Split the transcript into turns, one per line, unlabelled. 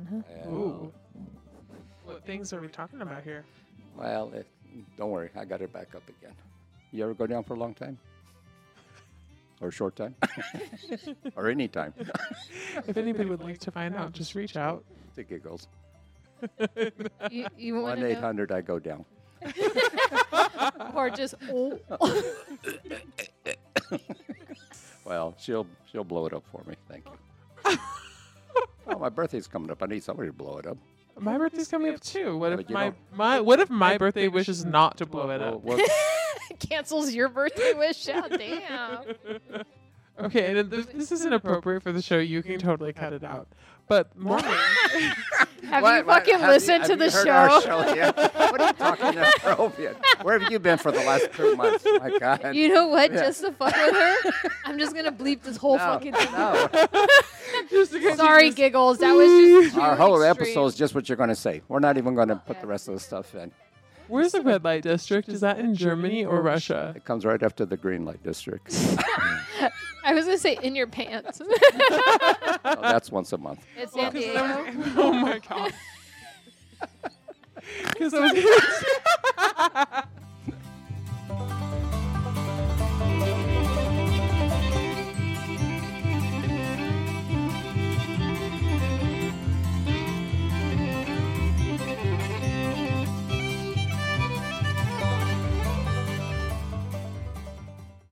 Mm-hmm.
Oh. things are we talking about here?
Well, it, don't worry, I got her back up again. You ever go down for a long time? Or a short time? or any time?
If anybody would like to find out, just reach out.
the giggles.
You, you want
1
to know?
800, I go down.
Or just, oh,
Well, she'll she'll blow it up for me. Thank you. oh, my birthday's coming up. I need somebody to blow it up.
My birthday's coming up too. What
but
if
you
my,
don't-
my what if my birthday wishes not to blow it
Well,
up?
what-
cancels your birthday wish out. Damn.
Okay, and this, this isn't appropriate for the show. You can totally cut it out. But Mormon,
Have
what-
you
what-
fucking
have
listened
have
to the
you heard
show?
Our show yet? What are you talking inappropriate? Where have you been for the last two months? My God.
You know what?
Yeah.
Just to fuck with her, I'm just gonna bleep this whole
No,
fucking thing.
no.
just in case you
Sorry,
just-
giggles. That was just too
Our whole
extreme.
episode is just what you're going to say. We're not even going to put
Yeah.
the rest of the stuff in.
where's the red light district? Is that in Germany or Russia?
It comes right after the green light district.
I was gonna say in your pants.
Oh, that's once a month.
it's San
Because
Diego.
I was- oh my god. Because I was.